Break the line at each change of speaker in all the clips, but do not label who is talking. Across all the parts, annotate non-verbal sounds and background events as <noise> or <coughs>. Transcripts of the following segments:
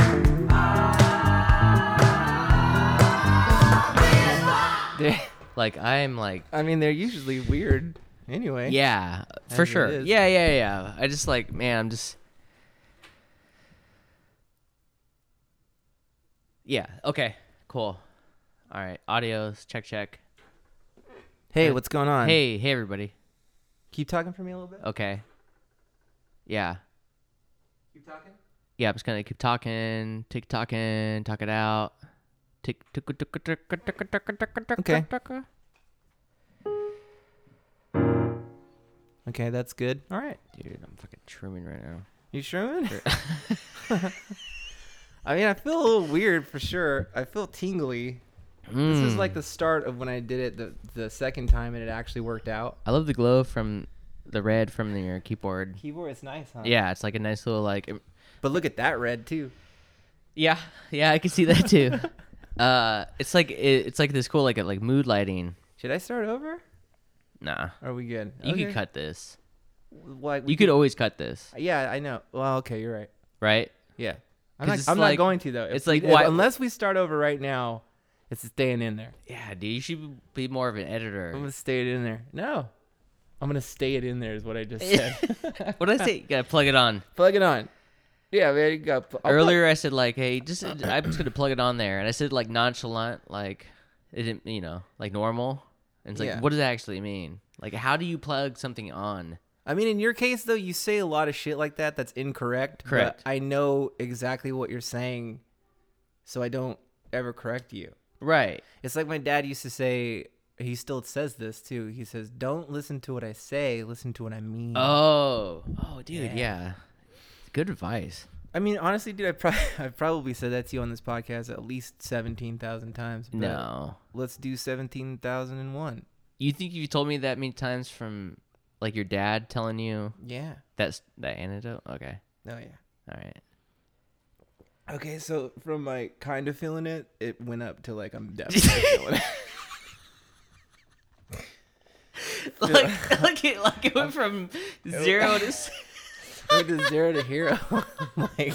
<laughs>
Like I'm like
I mean, they're usually weird anyway.
yeah,
As
for
it
sure.
is.
Yeah, yeah, yeah. I just like man, I'm just Yeah, okay. Cool. All right. Audios, check check.
Hey, what's going on?
Hey, hey everybody.
keep talking for me a little bit.
Okay. Yeah.
Keep talking.
Yeah, I'm just gonna keep talking, tick talking, talk it out. Tick tick tick tick tick tick tick tick tick tick
Okay.
tick.
Okay, that's good. All right.
Dude, I'm fucking trimming right now.
You sure? <laughs> I mean, I feel a little weird for sure. I feel tingly.
Mm.
This is
Hmm.
like the start of when I did it the the second time and it actually worked out.
I love the glow from the red from your keyboard.
Keyboard is nice, huh?
Yeah, it's like a nice little like. im-
But look at that red too.
Yeah, yeah, I can see that too. <laughs> uh, it's like it, it's like this cool like a, like mood lighting.
Should I start over?
Nah,
Are we good?
you
okay.
could cut this.
Like, we
You could always cut this,
Yeah, I know. Well, okay, you're right.
right?
Yeah. I'm
'Cause
not,
it's
I'm
like-
not going to though. If
it's
we-
like,
if-
why-
unless we start over right now, it's staying in there.
Yeah, dude, you should be more of an
I'm
editor.
gonna stay it in there. No, I'm gonna stay it in there. Is what
<laughs>
I just said.
what did I say? You gotta plug it <laughs> on.
plug it on. Yeah, man. You got pl- I'll plug-
Earlier, I said like, hey, <clears throat> just I'm just gonna plug it on there, and I said like nonchalant, like it didn't, you know, like normal. And it's like,
Yeah.
what does that actually mean? Like, how do you plug something on?
I mean, in your case though, you say a lot of shit like that that's incorrect. but
Correct.
I know exactly what you're saying, so I don't ever correct you.
Right.
It's like my dad used to say. He still says this too. He says, "Don't listen to what I say. Listen to what I mean."
Oh, oh, dude,
Yeah.
yeah. Good advice.
I mean, honestly, dude, <laughs> I probably I've probably said that to you on this podcast at least seventeen thousand times. but
No,
let's do seventeen thousand and one.
you think you told me that many times from like your dad telling you
Yeah.
that's that antidote? Okay,
Oh yeah.
all right. <laughs>
Okay, so from my kind of feeling it, it went up to like I'm
<laughs>
definitely feeling it.
Like, <laughs> like it, like it went from zero to. s- <laughs>
Like the zero to hero. <laughs> like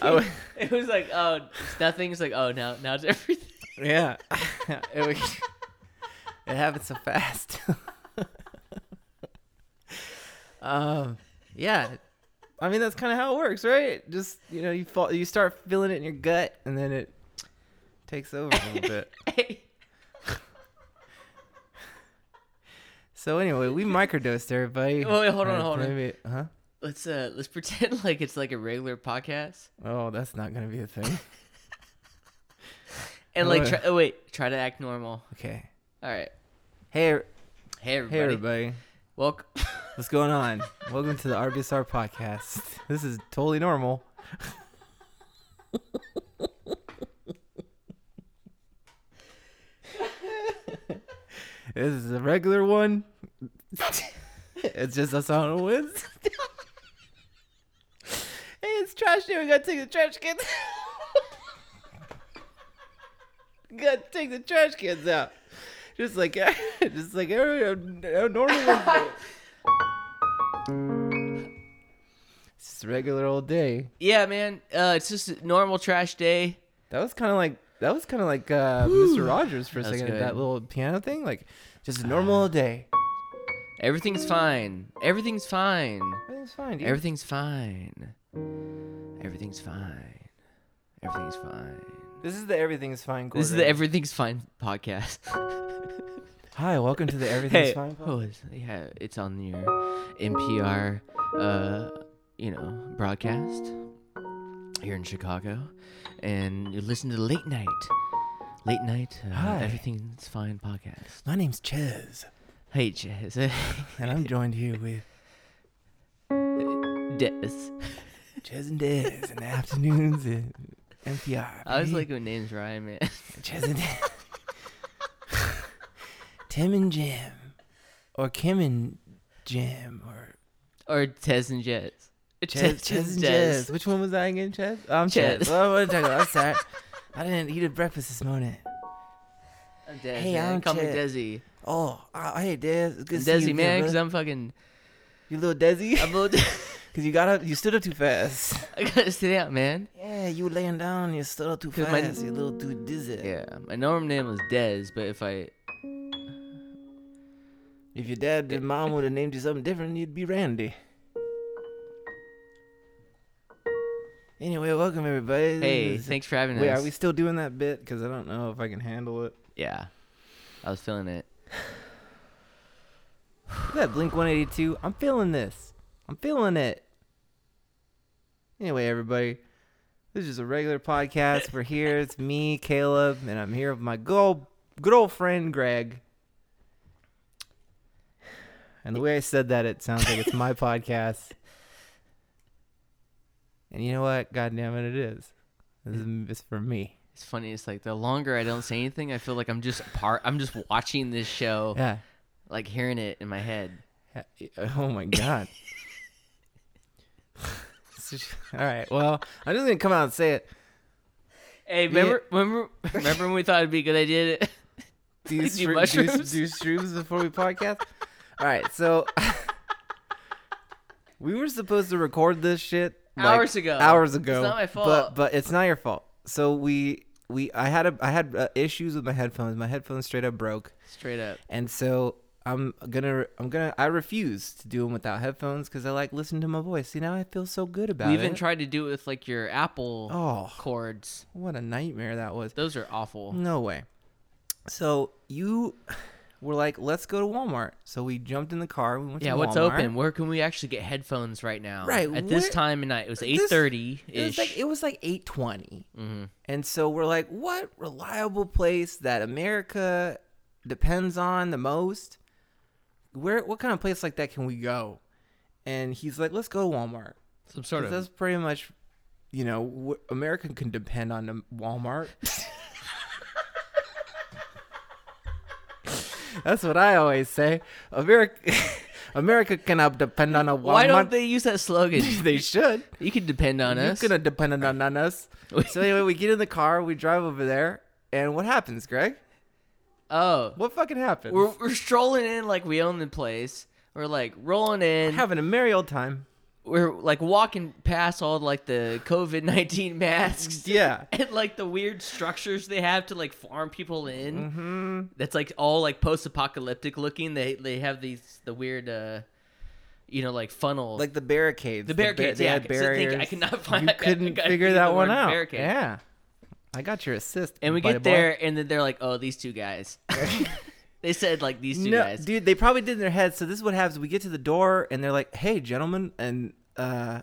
I was,
It was like oh, it's nothing. It's like oh, now now it's <laughs> everything.
yeah. <laughs> it, was- it happened so fast. <laughs> um yeah. I mean that's kind of how it works, right? Just you know, you fall, you start feeling it in your gut, and then it takes over a little
<laughs>
bit. So anyway, we microdosed everybody.
Wait, wait, hold on,
Uh,
hold on.
maybe- Huh?
let's uh let's pretend <laughs> like it's like a regular podcast
Oh, that's not gonna be a thing.
and like
Alright.
try, oh wait try to act normal.
okay.
All right.
Hey, er-
Hey
hey,
everybody.
everybody.
Welcome. <laughs>
What's going on? Welcome to the RBSR podcast. This is totally normal. this is a regular one. it's just us on a Wednesday. hey, it's trash day. We gotta take the trash <laughs> cans. gotta take the trash cans out. Just like, <laughs> just like every a normal Wednesday. It's just a regular old day.
yeah, man. Uh, it's just a normal trash day.
That was kind of like that was kind of like uh, Mr. Rogers for a
That was
second.
good. Ah.
That little piano thing, like just a normal old day.
Everything's fine. Everything's fine.
Everything's fine. Dude.
Everything's fine. Everything's fine. Everything's fine.
this is the everything's fine. Quarter.
This is the Everything's Fine podcast.
Hi,
<laughs>
welcome to the <laughs> everything's fine.
oh, it's, yeah, it's on your NPR, uh, you know, broadcast here in Chicago, and you listen to late night, late night, uh,
Hi.
Everything's Fine podcast.
My name's Chez,
Hey, Jess.
and I'm joined here with
<laughs> Des.
Chez and Dez in the afternoons at NPR.
I was
baby.
like, when names rhyme, man.
Chez and Dez. <laughs> Tim and Jim, or Kim and Jim, or
or Tez and Jez.
Chez, Chez and Jez. Which one was I again, Chez? Oh, I'm
Chez.
Chez. Oh, what am I talking about? I'm sorry. I didn't eat a breakfast this morning.
<laughs> I'm Des,
Hey,
man.
I'm
Call me
Chez.
Desi.
Oh, oh hey, Dez. It's good to see
Desi,
you again,
man,
brother.
because I'm fucking.
you little Desi. <laughs>
I'm a little. <laughs>
Because you got up, you stood up too fast.
I gotta sit out, man.
Yeah, yeah, you laying down, you still too
'Cause my-
fast, you little too dizzy.
Yeah, my normal name was Dez, but if I
If your dad and mom would have named you something different, you'd be Randy. Anyway, welcome everybody.
hey,
This is-
thanks for having
Wait,
us.
are we still doing that bit? Because I don't know if I can handle it.
Yeah, I was feeling it.
Look at that Blink 182. I'm feeling this. I'm feeling it. Anyway, everybody, this is just a regular podcast. We're here. It's me, Caleb, and I'm here with my good old, good old friend, Greg. And the way I said that, it sounds like it's my podcast. And you know what? God damn it, it is. This is it's for me.
It's funny. It's like the longer I don't say anything, I feel like I'm just part. I'm just watching this show,
Yeah.
like hearing it in my head.
Ha- Oh my god. <laughs> All right. Well, I'm just gonna come out and say it.
Hey, <laughs> remember, remember, remember when we thought it'd be a good idea? To, <laughs>
Do you
Do
shroom-
mushrooms?
Do, you, do you shrooms before we podcast? All right. So <laughs> we were supposed to record this shit
Hours ago.
Hours
It's
ago.
not my
But
fault.
but it's not your fault. So we we I had a I had uh, issues with my headphones. My headphones straight up broke.
Straight up.
and so I'm gonna I'm gonna I refuse to do them without headphones because I like listening to my voice. See now I feel so good about
we
it.
even tried to do it with like your Apple
Oh.
cords.
what a nightmare that was.
Those are awful.
No way. So you were like, let's go to Walmart. So we jumped in the car. We went
Yeah,
to
what's
Walmart.
open? Where can we actually get headphones right now?
Right,
at this
where-
time of night, it was eight
This-
thirty
It was
ish. Mm-hmm.
like it was like eight twenty, and so we're like, what reliable place that America depends on the most? Where what kind of place like that can we go? And he's like, let's go to Walmart.
Some sort
'Cause
of.
That's pretty much, you know, w- America can depend on um,
<laughs>
Walmart. that's what I always say. America, <laughs> America cannot depend on a Walmart.
Why don't they use that slogan?
<laughs> They should.
you can depend on us.
You're gonna depend on,
<laughs>
on us. so anyway, we get in the car, we drive over there, and what happens, Greg?
Oh,
What fucking happens?
we're, we're strolling in like we own the place. We're like rolling in.
having a merry old time.
we're like walking past all like the COVID nineteen <laughs> masks
Yeah.
and like the weird structures they have to like farm people in. Mm-hmm. That's like all like post apocalyptic looking. They they have these the weird uh, you know, like funnel
Like the barricades.
the
bar-
barricades.
they
yeah,
had
I- so think- I
barriers.
could not find.
you
I- I
couldn't
couldn't
figure that
the
one
word
out.
barricade.
Yeah, I got your assist.
And we
buddy
get
boy.
there, and then they're like, "Oh, these two
<laughs>
guys." <laughs> they said like these two
No,
guys.
dude, they probably did in their heads. So this is what happens: we get to the door, and they're like, "Hey, gentlemen," and uh,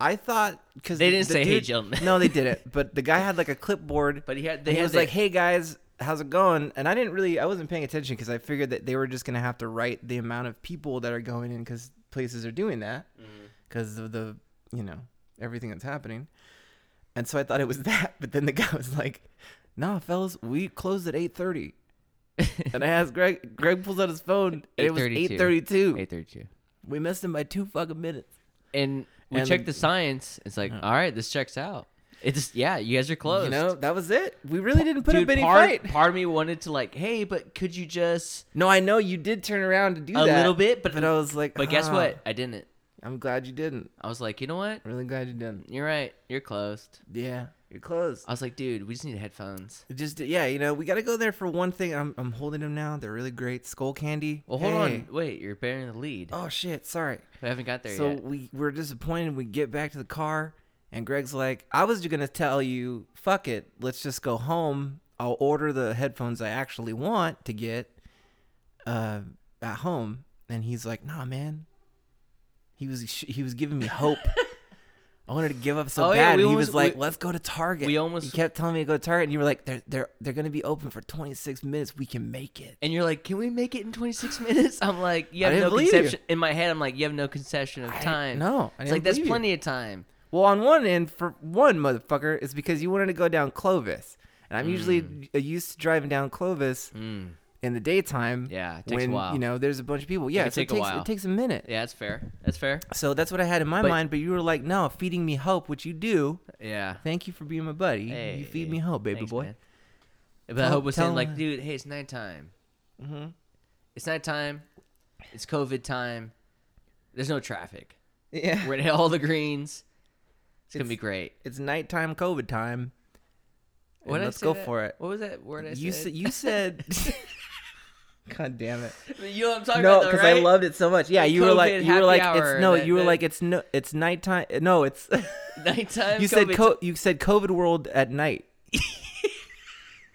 I thought because
They didn't say, "Hey, gentlemen. <laughs>
no, they did it, but the guy had like a clipboard,
But he had.
and
They
he
had
was
the-
like, "Hey guys." How's it going? And I didn't really, I wasn't paying attention because I figured that they were just gonna have to write the amount of people that are going in because places are doing that
Mm-hmm.
because of the, you know, everything that's happening. And so I thought it was <laughs> that, but then the guy was like, "Nah, fellas, we closed at 8:30."
<laughs>
and I asked Greg. Greg pulls out his phone, and it was
8:32.
8:32.
Eight thirty-two.
We missed him by two fucking minutes.
And we
And
checked
the-
the science. It's like, all right, this checks out. It's yeah, you guys are close.
You know, that was it. We really didn't put up
Dude,
any
part,
fight.
part of me wanted to like, hey, but could you
<sighs>
just?
No, I know you did turn around to do
A
that
little bit, but-
but I was like,
But guess
"Ah,
what? I didn't.
I'm glad you didn't.
I was like, you know what?
Really glad you didn't.
You're right. You're closed.
Yeah, you're close.
I was like, dude, we just need headphones.
It Just yeah, you know, we got to go there for one thing. I'm I'm holding them now. They're really great. Skull candy.
Well, hold
Hey.
on. Wait, you're bearing the lead.
Oh shit, sorry.
We haven't got there
so
yet.
we we're disappointed. We get back to the car, and Greg's like, "I was just gonna tell you, fuck it, let's just go home. I'll order the headphones I actually want to get uh, at home." And he's like, "Nah, man." He was he was giving
<laughs>
me hope. I wanted to give up so
Oh, yeah,
bad.
we
he
almost-
was like,
we-
"Let's go to Target."
we almost-
He kept telling me to go to Target, and you were like, "They're they're they're gonna be open for 26 minutes. We can make it."
And you're like, can we make it in 26 <laughs> minutes? I'm like, you
I
have
didn't
no
believe you.
conception. In my head, I'm like, you have no conception of
I-
time.
no, I
it's like
didn't
that's
believe you.
plenty of time.
Well, on one end, for one motherfucker, it's because you wanted to go down Clovis, and I'm usually uh, used to driving down Clovis
Mm.
in the daytime.
Yeah, it takes a
when,
while.
You know, there's a bunch of people. Yeah,
can
so
take
it
a
takes
while.
it takes a minute.
Yeah, that's fair. That's fair.
So that's what I had in my
But-
mind. But you were like, "No, feeding me hope, which you do.
Yeah.
Thank you for being my buddy. you feed me hope, baby
thanks,
boy."
man. But I
Tell-
hope was saying
tell uh, Mm-hmm.
like,
him-
dude, hey, it's nighttime. It's nighttime. It's COVID time. There's no traffic.
<laughs> Yeah.
We're gonna hit all the greens. It's, gonna be great.
It's nighttime COVID time. And
What did I
let's
say
go
that-
for it.
What was that word I
you
said?
said
<laughs>
you said. <laughs> God damn it!
you know what I'm talking
no,
about, though,
because
right?
I loved it so much. Yeah,
The
you were
COVID
like, you
happy
were like,
hour
it's no,
that-
you were
that-
like, it's no, it's nighttime. <laughs> No,
<laughs>
it's.
<laughs> nighttime.
you said
COVID
co- you said COVID world at night. <laughs>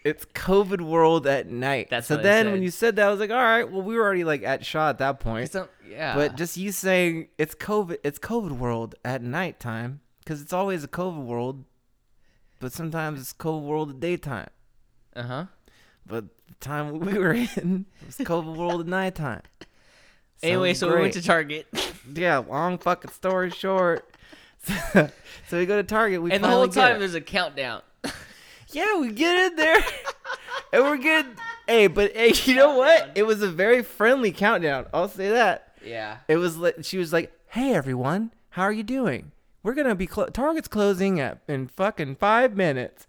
it's COVID world at night.
That's
so
what I
then
said.
when you said that, I was like, all right, well, we were already like at shot at that
t-
point.
some- yeah,
But just you saying it's COVID, it's COVID world at nighttime because it's always a COVID world, but sometimes it's COVID world at daytime.
uh huh.
But the time <laughs> we were in it was COVID world at nighttime.
Anyway,
Sounds
so we went
great.
to <laughs> Target,
yeah, long fucking story short. <laughs> so we go to Target. We
and the
finally
whole
get
time
it.
there's a countdown.
Yeah, we get in there, <laughs> and we're good. Hey, but hey, you know what? It was a very friendly countdown. I'll say that.
<laughs> yeah,
It was. Like, she was like, "Hey, everyone, how are you doing? We're gonna be clo- Target's closing up in fucking five minutes."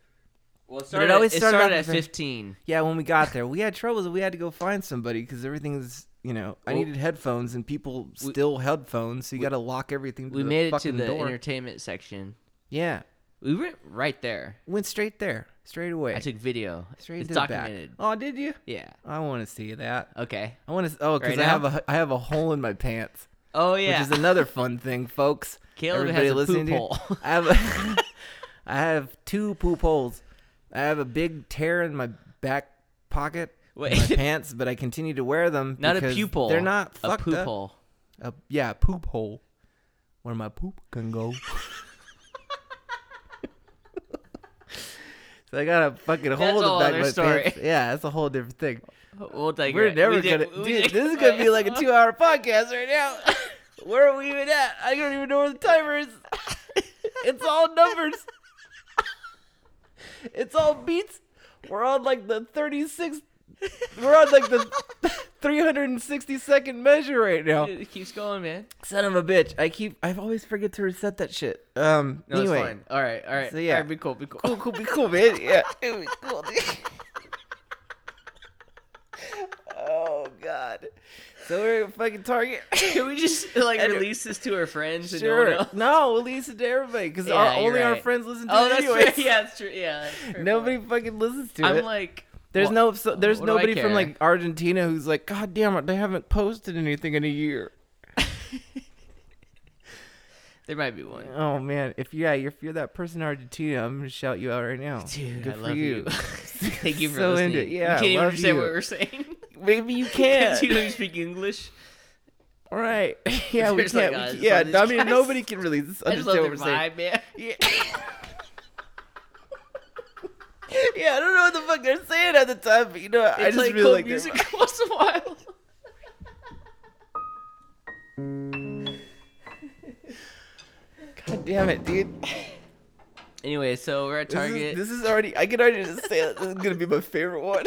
well, it
started- always
it
started
started
off
at
with a-
15.
Yeah, when we got there, we had troubles. We had to go find somebody because everything's. You know, I
Well-
needed headphones, and people still had phones, so you got to lock everything. To
We
the
made it to
fucking
the
door.
entertainment section.
yeah,
We went right there.
went straight there, straight away,
I took video.
straight
it's
to
documented.
the back. Oh, did you?
Yeah.
I want to see that.
Okay.
I want to. Oh, because
Right
I
now?
have a I have a hole in my pants,
Oh yeah.
which is another fun thing, folks.
<laughs> Caleb
Everybody
has a
listening
poop
to-
hole.
<laughs> I have a, I have two poop holes. I have a big tear in my back pocket, of
Wait. <laughs>
my pants, but I continue to wear them.
not a
because
pupil.
They're not
a
fucked
poop
up.
hole.
A, yeah, a poop hole, where my poop can go. so I got a fucking hole in the
all
back
other
of my
story.
pants. Yeah, that's a whole different thing.
We'll take
We're
it.
never
We did-
gonna.
we
dude,
did-
this is gonna be like a two-hour podcast right now. <laughs> Where are we even at? I don't even know where the
<laughs>
timer is. It's all numbers. It's all beats. We're on like the 36th. We're on like the <laughs> 362nd measure right
<laughs>
now.
It keeps going, man.
Son of a bitch! I keep. I've always forget to reset that shit. Um.
No,
anyway.
it's fine. All right, all right.
So, yeah.
All right, be cool, be cool.
<laughs> Cool,
<laughs>
cool, be cool, man. Yeah, it'd be cool. dude. oh god. So we're at
<laughs>
fucking Target.
Can we just like
And-
release this to our friends? and no one
sure.
else?
No, we'll lease it to everybody because
Yeah, you're
only our
right.
friends listen to
Oh,
it
that's
anyway.
true. <laughs> Yeah, that's true. Yeah. that's a fair
<laughs> Nobody
point.
fucking listens to
I'm
it.
like.
there's
well,
no, so, there's
what do I
nobody
care?
from like Argentina who's like, God damn it, they haven't posted anything in a year.
There might be one.
Oh man, if yeah, you're, if you're that person in Argentina, I'm gonna shout you out right now.
Dude,
Good
I
for
love you. <laughs> Thank you for
So
listening.
into it. Yeah,
you can't even
love
understand
you.
what we're <laughs> saying.
Maybe you
Because <laughs>
can't.
you don't even speak English. <laughs>
Right. <laughs> Yeah, we
There's like
can't.
guys,
we, yeah,
like these
I mean,
guys.
nobody can really s-
<laughs> I just love
understand
their
what we're saying.
vibe, man.
Yeah. yeah, I don't know what the fuck they're saying at the time, but you know,
They
<laughs> I just
play
really
cool
like their
music <laughs>
vibe.
once in a while.
<laughs> God damn it, dude.
Anyway, so we're at
This is-
Target.
This is, already. I can already just say that this is gonna be my
<laughs>
favorite one.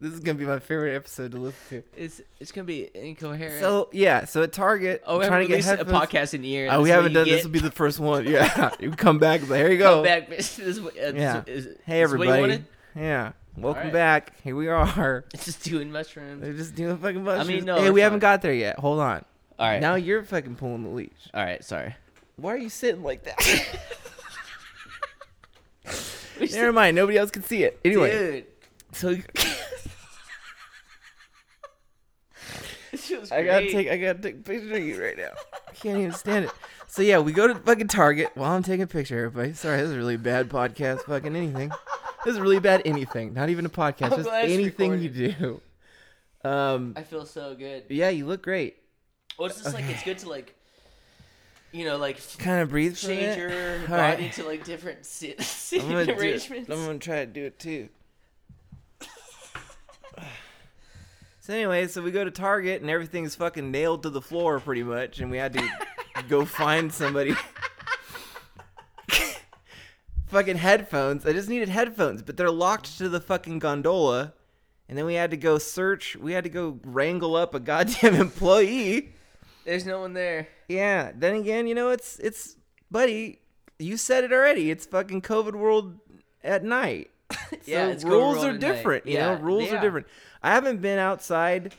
this is gonna be my favorite episode to listen
It's it's gonna be incoherent.
to. So yeah, so at Target,
oh, we haven't
trying to get
released a
headphones.
podcast in years.
Oh, we haven't done. This will be the first
<laughs>
one. Yeah, you come back. It's like, here you go.
Come back, <laughs> bitch. This is, what- uh,
Yeah.
this is-
Hey
this is what you
everybody.
wanted? <laughs>
Yeah, welcome
right.
back. Here we are.
It's just doing mushrooms.
They're just doing fucking mushrooms.
mean, no,
hey,
it's
we haven't
fine.
got there yet. Hold on.
All right.
Now you're fucking pulling
<laughs>
the leash.
All right. Sorry.
Why are you sitting
<laughs>
like that? Never mind. Nobody else can see it. Anyway,
Dude.
so <laughs>
This feels
I gotta
great.
take I gotta take a picture of you right now. I can't even stand it. So yeah, we go to fucking Target while I'm taking a picture. Everybody, sorry, this is a really bad podcast. Fucking anything. This is really bad anything. Not even a podcast.
I'm
just
glad it's
anything you do. Um.
I feel so good.
Yeah, you look great.
Well, it's just like it's good to like, you know, like f-
Kind of breathe for a
change
minute.
your
<laughs> All right.
body to like different <laughs> sit- sitting
do it.
arrangements.
I'm gonna try to do it too. <sighs> so anyway, so we go to Target and everything's fucking nailed to the floor pretty much, and we had <laughs> to go find somebody. <laughs> fucking headphones. I just needed headphones, but they're locked to the fucking gondola. And then we had to go search. We had to go wrangle up a goddamn <laughs> employee.
There's no one there.
Yeah. Then again, you know, it's it's buddy, you said it already. It's fucking COVID world at night.
Yeah,
So
it's COVID
rules
world
are
at night.
different. You
Yeah,
know, rules
they
are
are.
different. I haven't been outside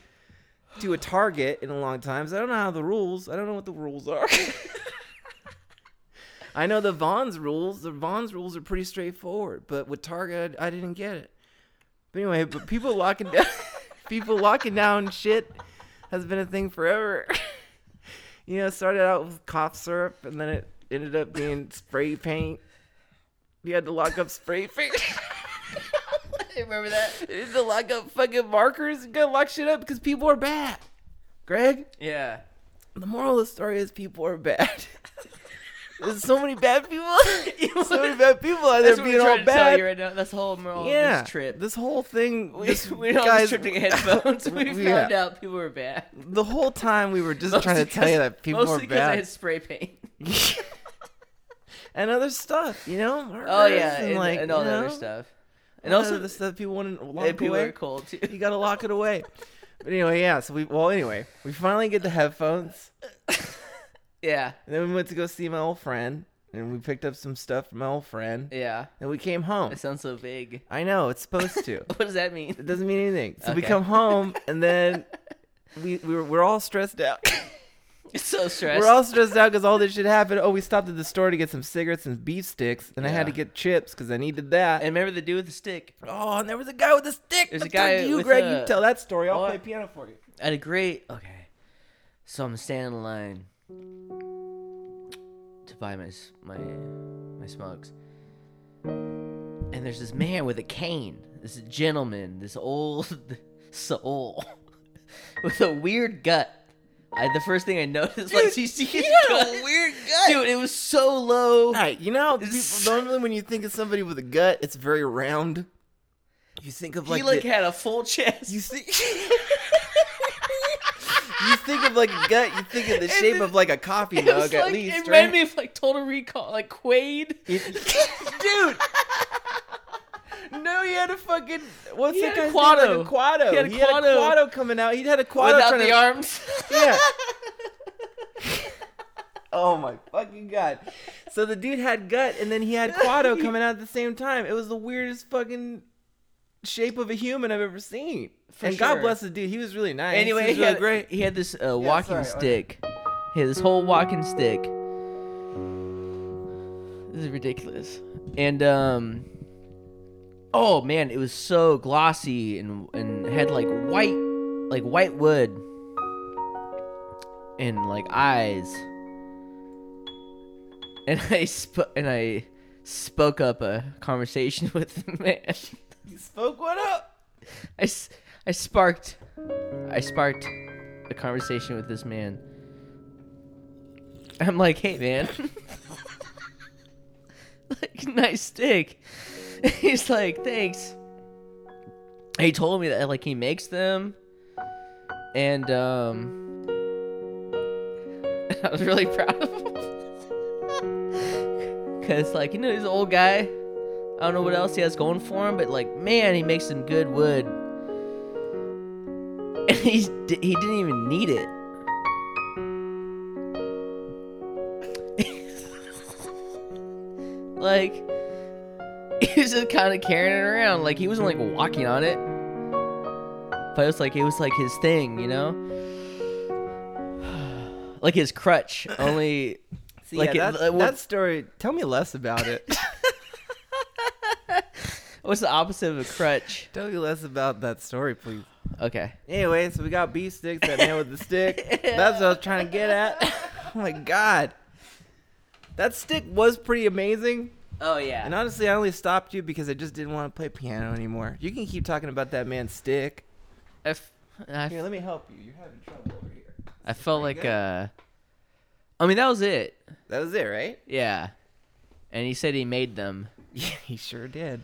to a Target in a long time, so I don't know how the rules. I don't know what the rules are. <laughs> I know the Vaughn's rules. The Vaughn's rules are pretty straightforward, but with Targa, I didn't get it. But anyway, but people locking down, <laughs> people locking down shit has been a thing forever. <laughs> you know, it started out with cough syrup, and then it ended up being spray paint. You had to lock up spray paint.
<laughs> Remember that?
you had to lock up fucking markers. You gotta lock shit up because people are bad. Greg,
Yeah.
the moral of the story is people are bad. <laughs> There's so many bad
<laughs>
people. so many bad people out there
That's what we're
being all
trying to tell
bad.
you right now. That's whole moral of
yeah,
this trip.
This whole
<laughs>
thing.
we,
this-
<laughs> we were on this
guys- <laughs>
trip to get headphones. <laughs> We
Yeah.
found out people were bad.
The whole time we were just trying to
Mostly
tell you
'cause-
that people were
Mostly because I
bad
had spray paint.
<laughs> and other stuff, you know.
Oh
Murders
yeah,
and,
and,
like
and all
you
the
know,
other stuff. And
all
also,
the
the
stuff people want to
and
lock
people
away.
are cold too.
You gotta lock it away. But anyway, yeah. So we well, anyway, we finally get the headphones,
<laughs> yeah,
and then we went to go see my old friend, and we picked up some stuff from my old friend,
yeah.
and we came home.
It sounds so vague.
I know it's supposed to.
<laughs> What does that mean? <laughs>
It doesn't mean anything. So we
Okay.
come home and then we, we were, we're all stressed out.
It's so stressed.
we're all stressed out because all this shit happened. Oh, we stopped at the store to get some cigarettes and beef sticks, and I had to
Yeah.
get chips because I needed that.
and remember the dude with the stick.
oh, and there was a guy with a stick.
There's a
Let's turn
guy
to you,
with
Greg.
a-
You tell that story. I'll
Oh,
play
I-
piano for you.
at a great okay so i'm standing in line to buy my s- my my smugs and there's this man with a cane this gentleman this old <laughs> soul <laughs> with a weird gut I, the first thing i noticed was you see his gut.
weird
dude it was so low
Right, you know how people
It's-
normally when you think of somebody with a gut, it's very round. You think of like,
he like
the-
had a full chest <laughs>
you think you think of like a gut, you think <laughs> of the
And
shape
then-
of like a coffee
It
mug
was
at
like-
least.
it
right?
reminded
<laughs>
me of like Total Recall, like Quaid.
dude. No, he had a fucking what's
He
that
had a
guy's name? Like a
Quado.
quado.
He had a Quado.
quado coming out. He had a quado
without
trying
the <laughs>
to-
arms.
Yeah. <laughs> Oh my fucking god! So the dude had gut, and then he had quado coming out at the same time. It was the weirdest fucking shape of a human I've ever seen.
For
and
sure.
God bless the dude. He was really nice.
Anyway,
he was
he
really
had,
great.
he had this uh, walking
sorry, okay.
stick. He had this whole walking stick. This is ridiculous. And um, oh man, it was so glossy and and had like white, like white wood, and like eyes. And I sp- and I spoke up a conversation <laughs> with the man.
He spoke one up.
I, s- I sparked I sparked a conversation with this man. I'm like, hey man. <laughs> like nice stick. <laughs> He's like, thanks. He told me that like he makes them and um <laughs> I was really proud of him. <laughs> Cause like, you know, he's an old guy. I don't know what else he has going for him, but like, man, he makes some good wood. And he d- he didn't even need it. <laughs> like, he was just kind of carrying it around. Like he wasn't like walking on it, but it was like it was like his thing, you know. <sighs> like his crutch, only. <laughs>
See,
Like
yeah,
it-
that,
it would-
that story. Tell me less about it. <laughs>
What's the opposite of a crutch?
tell me less about that story, please.
Okay.
Anyway, so we got beef sticks, that man with the stick. That's what I was trying to get <laughs> at. Oh my god. That stick was pretty amazing.
Oh yeah.
And honestly, I only stopped you because I just didn't want to play piano anymore. You can keep talking about that man's stick.
I, f- I f-
Here, let me help you. You're having trouble over here.
I felt like
good.
uh I mean that was it.
That was it, right? <laughs>
Yeah. And he said he made them.
Yeah, he sure did.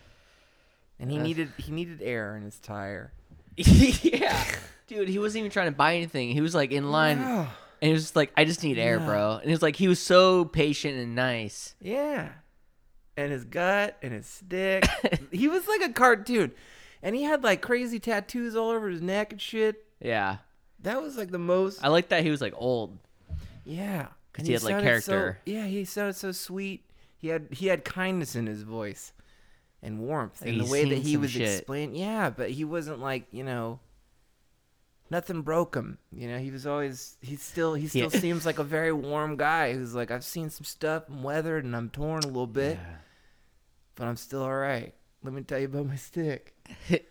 And he
Uh,
needed he needed air in his tire.
yeah. Dude, he wasn't even trying to buy anything. He was like in line and
Oh,
he was just like, I just need air,
Yeah.
bro. And he was like he was so patient and nice.
<sighs> yeah. And his gut and his stick. he was like a cartoon. And he had like crazy tattoos all over his neck and shit.
Yeah.
That was like the most.
I like that he was like old.
yeah, because
he had, like, character.
So, yeah, he sounded so sweet. He had he had kindness in his voice, and warmth,
Like
and the
he's
way that
seen
he
some
was
shit.
explaining. Yeah, but he wasn't like you know. nothing broke him. You know, he was always he still he still
Yeah.
seems like a very warm guy who's like I've seen some stuff, I'm weathered, and I'm torn a little bit, but I'm still all right. Let me tell you about my stick.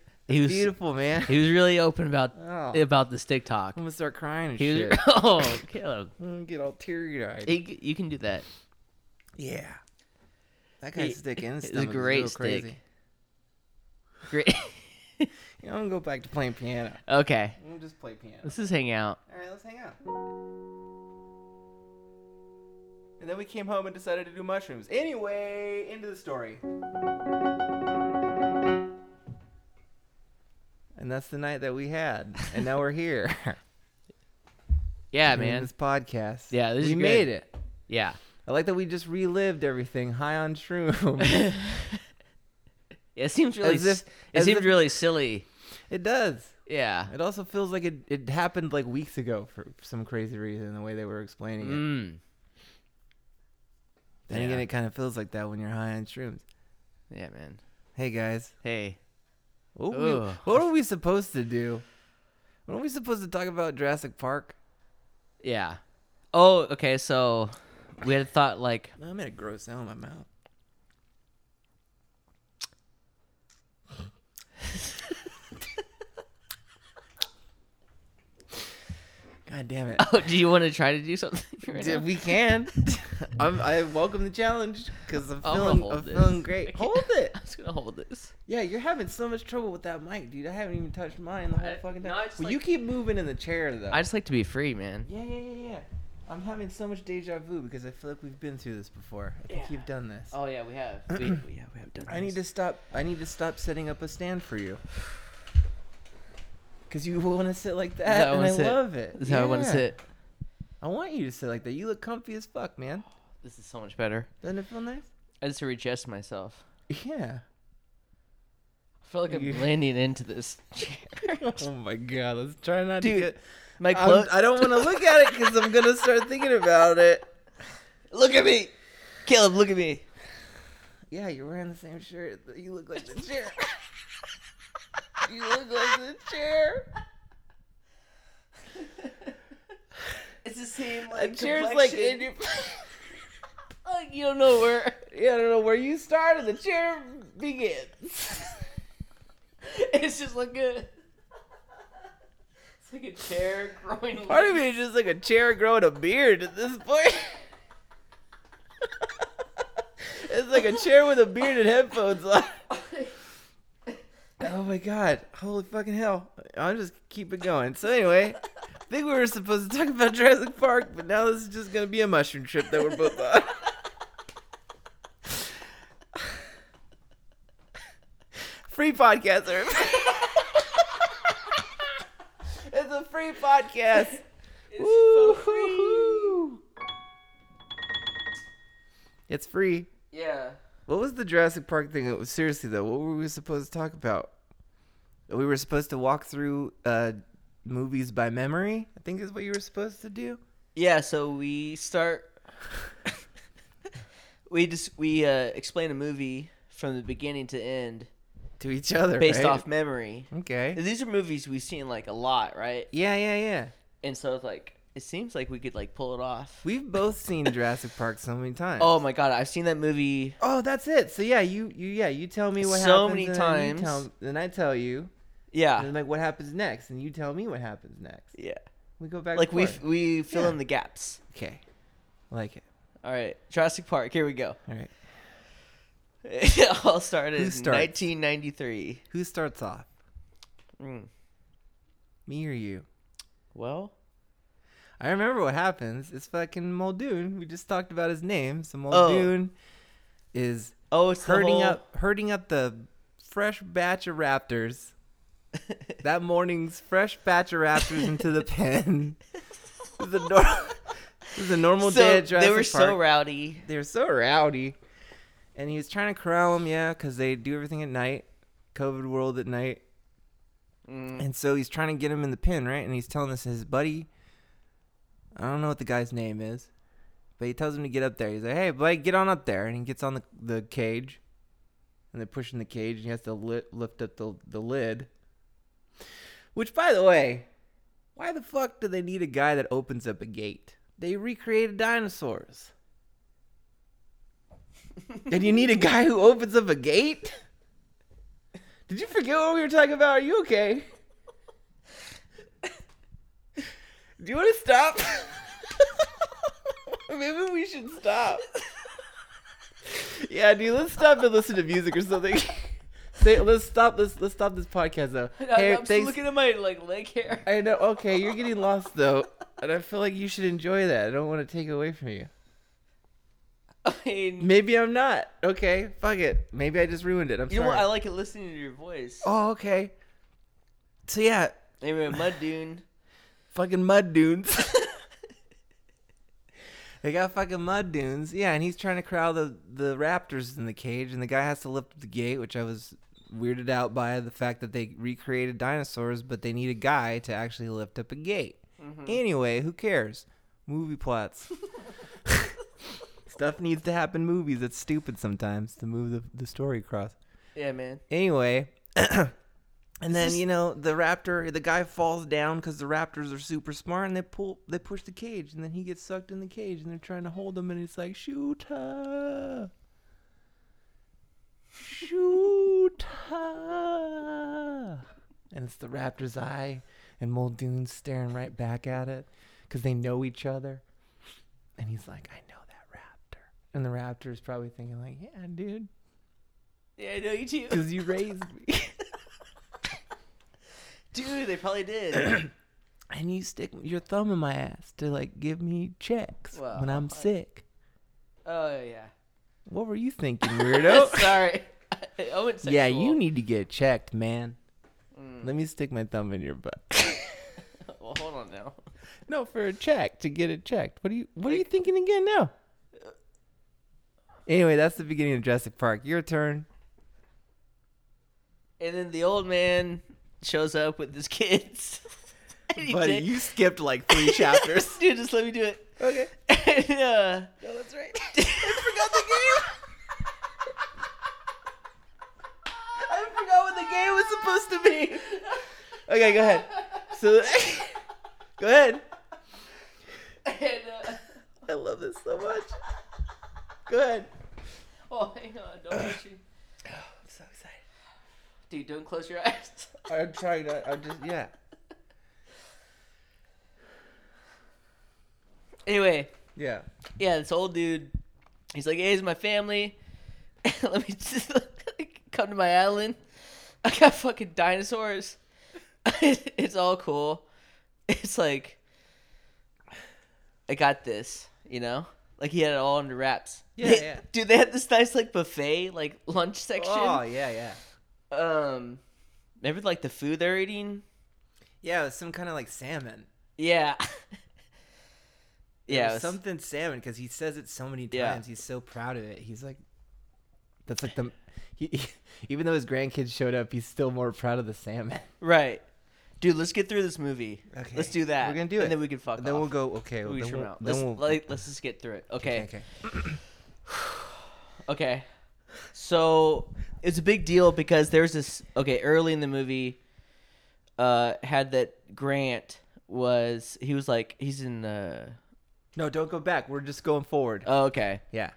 <laughs> he was
Beautiful man.
he was really open about
Oh, I'm
about the stick talk.
gonna start crying and
He was,
shit.
<laughs> oh, Caleb,
I'm gonna get all teary eyed.
He- you can do that.
Yeah. That guy's
He-
stick in his
he's a
stomach is
great
real
stick.
crazy.
Great. <laughs>
You know, I'm gonna go back to playing piano.
okay,
I'm gonna just play piano.
let's just hang out.
All right, let's hang out. And then we came home and decided to do mushrooms. Anyway, into the story. And that's the night that we had, and now
<laughs>
we're here.
Yeah,
Doing
man.
this podcast.
Yeah, this
we
is
made
good.
it. <laughs>
Yeah. <laughs>
I like that we just relived everything high
<laughs>
on shrooms.
It seems really.
As
s-
if-
it
as
seems
if-
really silly.
it does.
Yeah.
It also feels like it, it happened like weeks ago for some crazy reason. The way they were explaining it.
Mm.
Then again,
yeah.
it kind of feels like that when you're high on shrooms.
Yeah, man.
Hey guys,
Hey.
What were, we,
Ugh.
what were we supposed to do? Weren't we supposed to talk about Jurassic Park?
Yeah. Oh, okay. So we had thought like <laughs>
No, I made a gross sound in my mouth. God damn it.
Oh, do you want to try to do something? <laughs> Right
<laughs> Dude,
now?
we can. <laughs> I'm, I welcome the challenge because I'm
I'm gonna
feeling,
hold
I'm
this.
feeling great. <laughs>
Okay.
Hold it.
<laughs> I'm just gonna hold this.
Yeah, you're having so much trouble with that mic, dude. I haven't even touched mine the whole
I-
fucking time.
no, I just
well,
like-
you keep moving in the chair, though.
I just like to be free, man.
Yeah, yeah, yeah, yeah. I'm having so much deja vu because I feel like we've been through this before. I think
Yeah.
you've done this.
Oh yeah, we
<clears throat>
have. We, we- yeah, we have done.
I need to
this.
stop. I need to stop setting up a stand for you. Cause you <laughs> want to sit like
how I
that, and
wanna
I
sit.
love it.
This is how I want to
Yeah.
sit.
I want you to sit like that. You look comfy as fuck, man.
This is so much better.
Doesn't it feel nice?
I just readjust myself.
Yeah.
I feel like I'm
You-
landing into this
<laughs>
chair.
<laughs>
<laughs>
oh my god. Let's try not
Dude,
to get.
My
I'm-
clothes.
I don't
<laughs>
want to look at it because I'm gonna start thinking about it.
Look at me, Caleb. Look at me.
Yeah, you're wearing the same shirt. You look like the chair. <laughs> you look like the chair.
It's the same.
The chair's <laughs> like in your. <laughs>
like you don't know where. <laughs>
Yeah, I don't know where you started. The chair begins.
It's just like a. <laughs> It's like a chair growing.
<laughs> Part of me is just like a chair growing a beard at this point. <laughs> it's like a chair with a beard and headphones on. Oh my god! Holy fucking hell! I'll just keep it going. So anyway, I think we were supposed to talk about Jurassic Park, but now this is just gonna be a mushroom trip that we're both on. free podcast, everybody. it's a free podcast. Woo, hoo, hoo. It's free.
<laughs> Yeah.
What was the Jurassic Park thing? It was seriously though. What were we supposed to talk about? We were supposed to walk through uh, movies by memory. I think is what you were supposed to do.
Yeah, so we start. <laughs> we just we uh, explain a movie from the beginning to end
To each other,
based
right?
off memory.
Okay.
And These are movies we've seen like a lot, right?
Yeah, yeah, yeah.
And so it's like it seems like we could like pull it off.
We've both seen Jurassic Park so many times.
oh my god, I've seen that movie.
Oh, that's it. So yeah, you, you yeah, you tell me what
So
happens
many
and then
times.
you
Ah.
tell- then I tell you, and
Yeah,
then, like what happens next, and you tell me what happens next.
yeah.
We go back.
Like
and
we
forth.
f- we fill
Yeah.
in the gaps.
okay, I like it.
All right, Jurassic Park. Here we go.
All right.
<laughs> it all started
Who
in
starts?
1993.
Who starts off?
Mm.
Me or you?
Well,
I remember what happens. It's fucking Muldoon. We just talked about his name. So Muldoon is
oh, it's Oh. the
herding
whole- <laughs>
up herding up the fresh batch of raptors. that morning's fresh batch of raptors into
<laughs>
the pen. this, is a nor- <laughs> this is a normal
So
day at Jurassic
they were so
Park.
rowdy.
<laughs>
<laughs>
they were so rowdy. And he was trying to corral them, yeah, because they do everything at night. COVID world at night.
Mm.
And so he's trying to get him in the pen, right? And he's telling this to his buddy. I don't know what the guy's name is, but he tells him to get up there. He's like, "Hey, Blake, get on up there!" And he gets on the the cage, and they're pushing the cage, and he has to li- lift up the the lid. Which, by the way, Why the fuck do they need a guy that opens up a gate? They recreated dinosaurs. and you need a guy who opens up a gate? Did you forget what we were talking about? Are you okay? Do you want to stop? <laughs> Maybe we should stop. Yeah, dude, let's stop and listen to music or something. <laughs> Say, let's stop. Let's let's stop this podcast though. Hey,
I'm still
thanks-
looking at my like leg hair.
I know. Okay, you're getting lost though, and I feel like you should enjoy that. I don't want to take it away from you.
<laughs> I mean,
Maybe I'm not. Okay, fuck it. Maybe I just ruined it. I'm
you know
sorry.
what? I like it listening to your voice.
oh, okay. So yeah,
Anyway, Mud Dune.
<laughs> fucking mud dunes. <laughs> they got fucking mud dunes. Yeah, and he's trying to corral the the raptors in the cage, and the guy has to lift up the gate, which I was weirded out by the fact that they recreated dinosaurs, but they need a guy to actually lift up a gate. Anyway, who cares? Movie plots. <laughs> Stuff needs to happen. in Movies. It's stupid sometimes to move the, the story across
Yeah, man.
anyway and then you know the raptor the guy falls down because the raptors are super smart and they pull they push the cage and then he gets sucked in the cage and they're trying to hold him and it's like shoot her. shoot her." and it's the raptor's eye and muldoon's staring right back at it because they know each other and he's like i know that raptor and the raptor's probably thinking like yeah dude
Yeah, I know you too.
because you raised me
Dude, they probably
<coughs>
did.
and you stick your thumb in my ass to like give me checks
Well,
when I'm
I-
sick.
oh yeah.
What were you <laughs> thinking, weirdo?
<laughs> Sorry. I went sexual.
yeah, you need to get checked, man.
Mm.
Let me stick my thumb in your butt.
<laughs>
<laughs>
Well, hold on now.
no, for a check to get it checked. What are you What are you thinking again now? Uh. Anyway, that's the beginning of Jurassic Park. Your turn.
And then the old man shows up with his kids. <laughs> And he
Buddy,
did-
you skipped like <laughs> three chapters.
<laughs> Dude, just let me do it.
okay.
And, uh,
No, that's right.
forgot the game.
I forgot what the game was supposed to be. Okay, go ahead. So, <laughs> go ahead.
<laughs> And, uh,
I love this so much. Go ahead.
oh, hang on, don't touch you.
I'm so excited.
Dude, don't close your eyes.
I'm trying to. I'm just yeah.
Anyway,
Yeah.
yeah, this old dude, he's like, "Hey, this is my family. <laughs> Let me just <laughs> come to my island. I got fucking dinosaurs. <laughs> it's all cool. It's like, I got this. You know, like he had it all under wraps.
Yeah,
They-
yeah.
Dude, they had this nice like buffet, like lunch section.
Oh yeah, yeah.
Um, remember like the food they're eating?
Yeah, it was some kind of like salmon.
Yeah. <laughs>
It
yeah.
was
it was-
something salmon because he says it so many times.
Yeah.
He's so proud of it. He's like, that's like the. He, he- <laughs> even though his grandkids showed up, he's still more proud of the salmon.
Right. Dude, let's get through this movie.
Okay.
Let's do that.
We're gonna do it.
And then we can fuck
then
off.
we'll go. Okay.
We
then
trim
we'll,
out.
then
Let's,
we'll,
like, let's just get through it. Okay. Okay.
okay.
So it's a big deal because there's this. Okay, early in the movie, uh, had that Grant was he was like he's in the.
No, don't go back. We're just going forward.
Oh, okay.
yeah.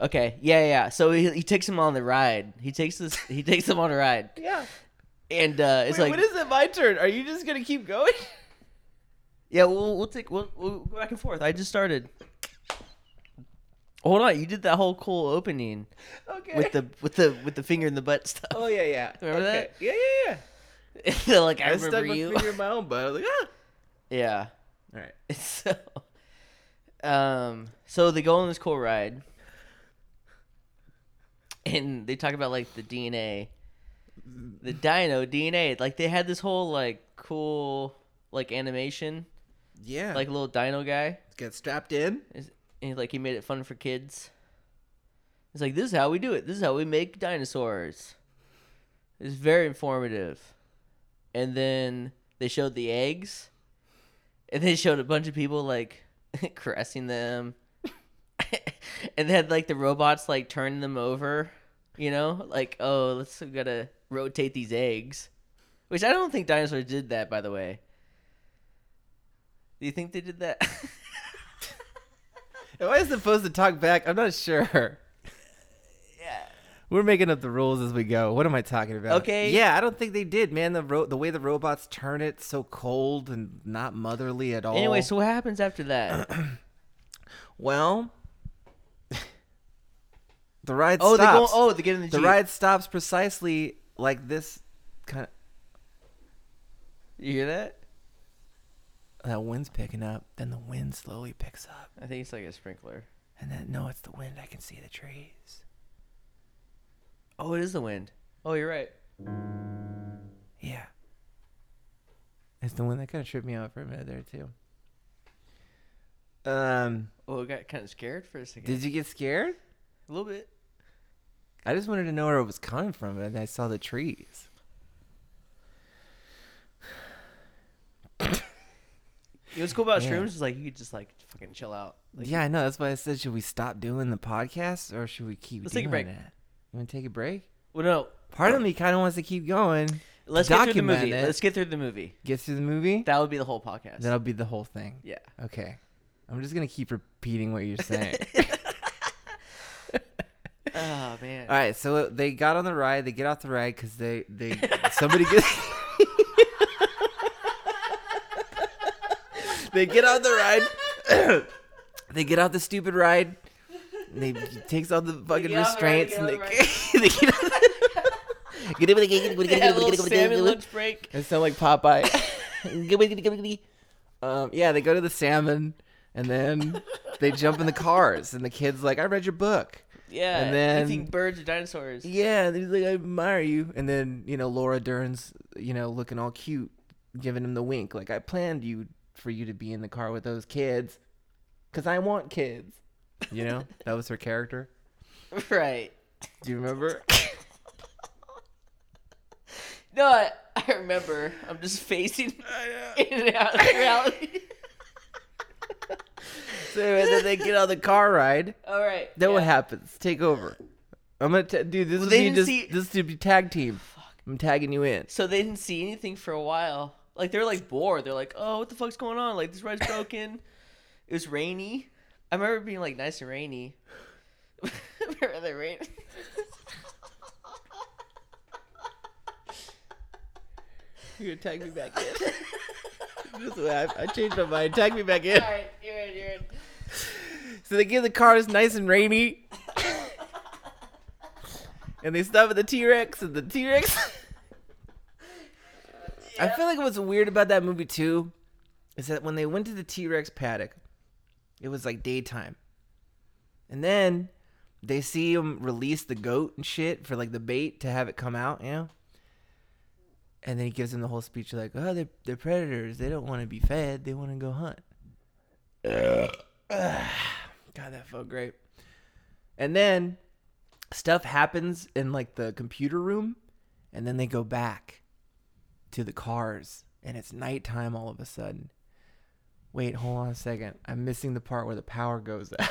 Okay. Yeah, yeah, yeah. So he, he takes him on the ride. He takes this. He takes him on a ride,
Yeah.
and uh, it's
Wait,
like
when is it my turn? Are you just gonna keep going? <laughs>
Yeah, we'll we'll take we'll, we'll go back and forth. I just started. Hold on, you did that whole cool opening
Okay.
with the with the with the finger in the butt stuff. <laughs>
Oh yeah, yeah.
Remember
Okay. Yeah, yeah, yeah.
And they're like I,
I, stuck
remember
my
you.
finger in my own butt. I was like, ah.
<laughs> Yeah. <laughs>
All right.
So, um, so they go on this cool ride, and they talk about like the DNA, the dino DNA. Like they had this whole like cool like animation,
Yeah.
like little dino guy.
get strapped in.
Is- And like he made it fun for kids. It's like this is how we do it. This is how we make dinosaurs. It's very informative. And then they showed the eggs. And they showed a bunch of people like <laughs> caressing them. <laughs> and they had like the robots like turning them over, you know? Like, oh, let's we gotta rotate these eggs. Which I don't think dinosaurs did that by the way. Do you think they did that? <laughs>
Am I supposed to talk back? I'm not sure.
<laughs> yeah.
We're making up the rules as we go. What am I talking about?
Okay.
Yeah, I don't think they did, man. The ro- the way the robots turn it so cold and not motherly at all.
Anyway, so what happens after
<clears throat>
that?
well, <laughs> the ride
oh, they go.
stops.
Oh, they get in the,
the
jeep.
ride stops precisely like this kind
You hear that?
of that wind's picking up. Then the wind slowly picks up,
I think it's like a sprinkler.
and then no, it's the wind. I can see the trees.
Oh, it is the wind. Oh, you're right.
Yeah. It's the one that kind of tripped me out for a minute there too. Um,
Oh, I got kind of scared for a second.
did you get scared?
a little bit.
I just wanted to know where it was coming from, and I saw the trees.
You know what's cool about
Yeah.
shrooms is like you could just like fucking chill out. Like,
yeah, I know. That's why I said, should we stop doing the podcast or should we keep?
Let's
doing
take a break.
That? You want to take a break?
Well, no.
Part of me kind of wants to keep going.
Let's get through the
document
movie.
it.
Let's get through the movie.
Get through the movie.
That would be the whole podcast.
That'll be the whole thing. <laughs>
yeah. <laughs>
Okay. I'm just gonna keep repeating what you're saying.
Oh man. <laughs>
All right, so they got on the ride. They get off the ride because they they somebody
<laughs>
gets. <laughs> they get on the <coughs> ride. they get off the stupid ride. And they he takes all the fucking
get off the ride,
restraints
they
and they, <laughs>
get
they get on
<laughs> Yeah, little Sammy
the. <laughs>
lunch break.
It sound
<laughs>
like Popeye. um, yeah, they go to the salmon, and then they jump in the cars, and the kid's like, "I read your book."
Yeah.
And then-
you think birds are dinosaurs.
Yeah, and he's like, I admire you. And then, you know, Laura Dern's, you know, looking all cute, giving him the wink. Like, I planned you for you to be in the car with those kids because I want kids. You <laughs> know, that was her character.
<laughs> Right.
Do you remember? <laughs>
No, I, I remember. I'm just facing <laughs> in and out of <laughs> reality.
so, and then they get on the car ride.
All right.
Then what
yeah.
happens? Take over. I'm going to, dude, this
Well,
would
they
be
didn't
just,
see-
this would be tag team. I'm tagging you in.
So they didn't see anything for a while. Like they're like bored. They're like, oh, what the fuck's going on? Like this <laughs> ride's broken. it was rainy. I remember it being like nice and rainy. <laughs> remember the rain? <laughs>
You're going to tag me back
<laughs>
in. This way, I, I changed my mind. Tag me back <laughs> in.
All right, you're in, you're in.
So they get in the car, it's nice and rainy. and they stop at the T Rex, and the T Rex. <laughs> I feel like what's weird about that movie, too, is that when they went to the T Rex paddock, it was like daytime. And then they see him release the goat and shit for like the bait to have it come out, you know? And then he gives him the whole speech like, oh, they're, they're predators. They don't want to be fed, they want to go hunt. God, that felt great. And then stuff happens in like the computer room, and then they go back to the cars, and it's nighttime all of a sudden. Wait, hold on a second. I'm missing the part where the power goes out.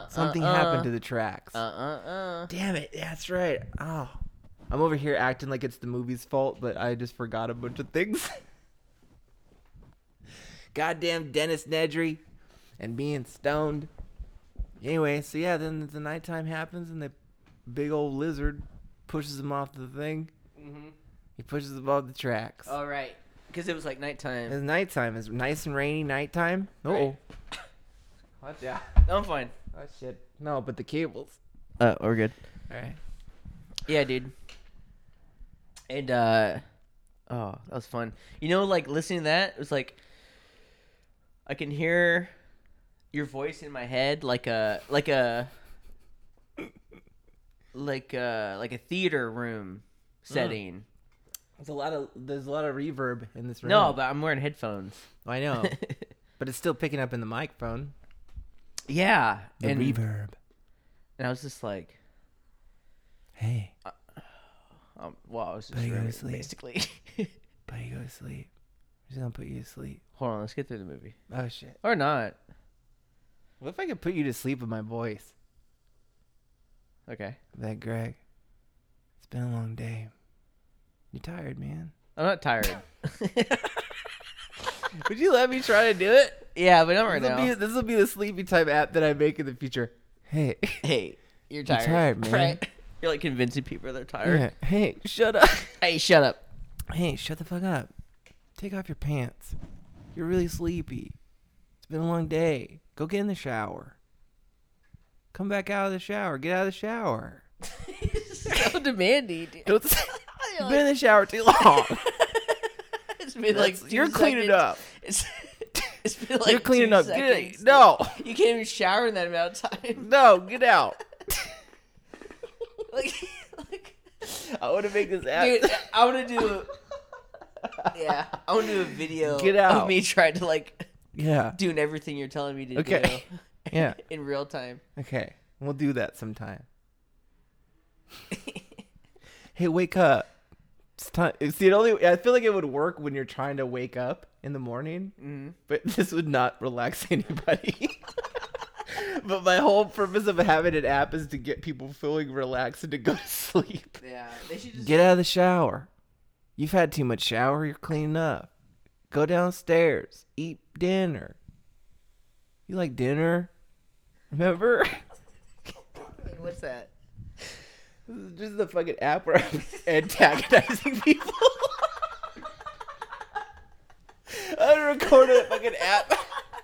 <laughs> Something happened to the tracks.
Uh uh uh.
Damn it. That's right. Oh. I'm over here acting like it's the movie's fault, but I just forgot a bunch of things. <laughs> Goddamn Dennis Nedry and being stoned. Anyway, so yeah, then the nighttime happens and the big old lizard pushes him off the thing. Mm-hmm.
Mhm.
He pushes him off the tracks.
All right, because it was like nighttime.
it's nighttime. It's nice and rainy nighttime. Oh.
Right.
What? Yeah.
I'm fine.
Oh, shit. No, but the cables.
Uh, we're good.
All right.
Yeah, dude. And uh oh, that was fun. You know, like listening to that, it was like I can hear your voice in my head like a like a like a like a theater room setting.
There's a lot of there's a lot of reverb in this room.
No, but I'm wearing headphones.
I
Oh.
know, <laughs> but it's still picking up in the microphone.
<laughs> yeah. And,
reverb.
and I was just like
Hey,
um well, I was just
Buddy, go to
ruined,
sleep.
basically. <laughs>
buddy, go to sleep. I'm just gonna put you to sleep.
Hold on, let's get through the movie.
Oh shit!
Or not.
What if I could put you to sleep with my voice?
Okay.
That Greg. It's been a
<laughs>
long day. You're tired, <laughs> man.
I'm not tired.
Would you let me try to do it?
Yeah, but not right
This will,
now.
be, this will be the sleepy time app that I make in the future. Hey,
hey, you're tired.
tired, man.
Right? <laughs> You're like convincing people they're tired.
<laughs> yeah, hey, shut up.
<laughs> Hey, shut
<laughs>
up.
Hey, shut the fuck up. Take off your pants. You're really sleepy. It's been a long day. Go get in the shower. Come back out of the shower. Get out of the shower.
so demanding. Dude.
Don't say- You've <laughs> been in the shower too long.
<laughs> It's been <laughs> like
That's-
two
you're cleaning
seconds.
up.
It's, <laughs> it's been like
you're cleaning
two
up. Get
Seconds.
it. No,
you can't even shower in that amount of time. <laughs>
no, get out.
like, like,
I want to make this app.
dude, <laughs> I want to do.
<laughs>
A, yeah, I want to do a video
Get
of
out.
me trying to like
Yeah,
doing everything you're telling me to
Okay.
do.
Yeah.
<laughs> in real time.
Okay, we'll do that sometime.
<laughs>
hey, wake up! It's time. It's the only. I feel like it would work when you're trying to wake up in the morning,
Mhm.
but <laughs> this would not relax <laughs> anybody. but my whole purpose of having an app is to get people feeling relaxed and to go to <laughs> sleep.
Yeah, they should just
Get out of the shower. You've had too much shower. You're cleaning up. Go downstairs. Eat dinner. You like dinner? Remember? <laughs>
What's that?
This is just the fucking app where I'm <laughs> antagonizing people. <laughs> I recorded a fucking app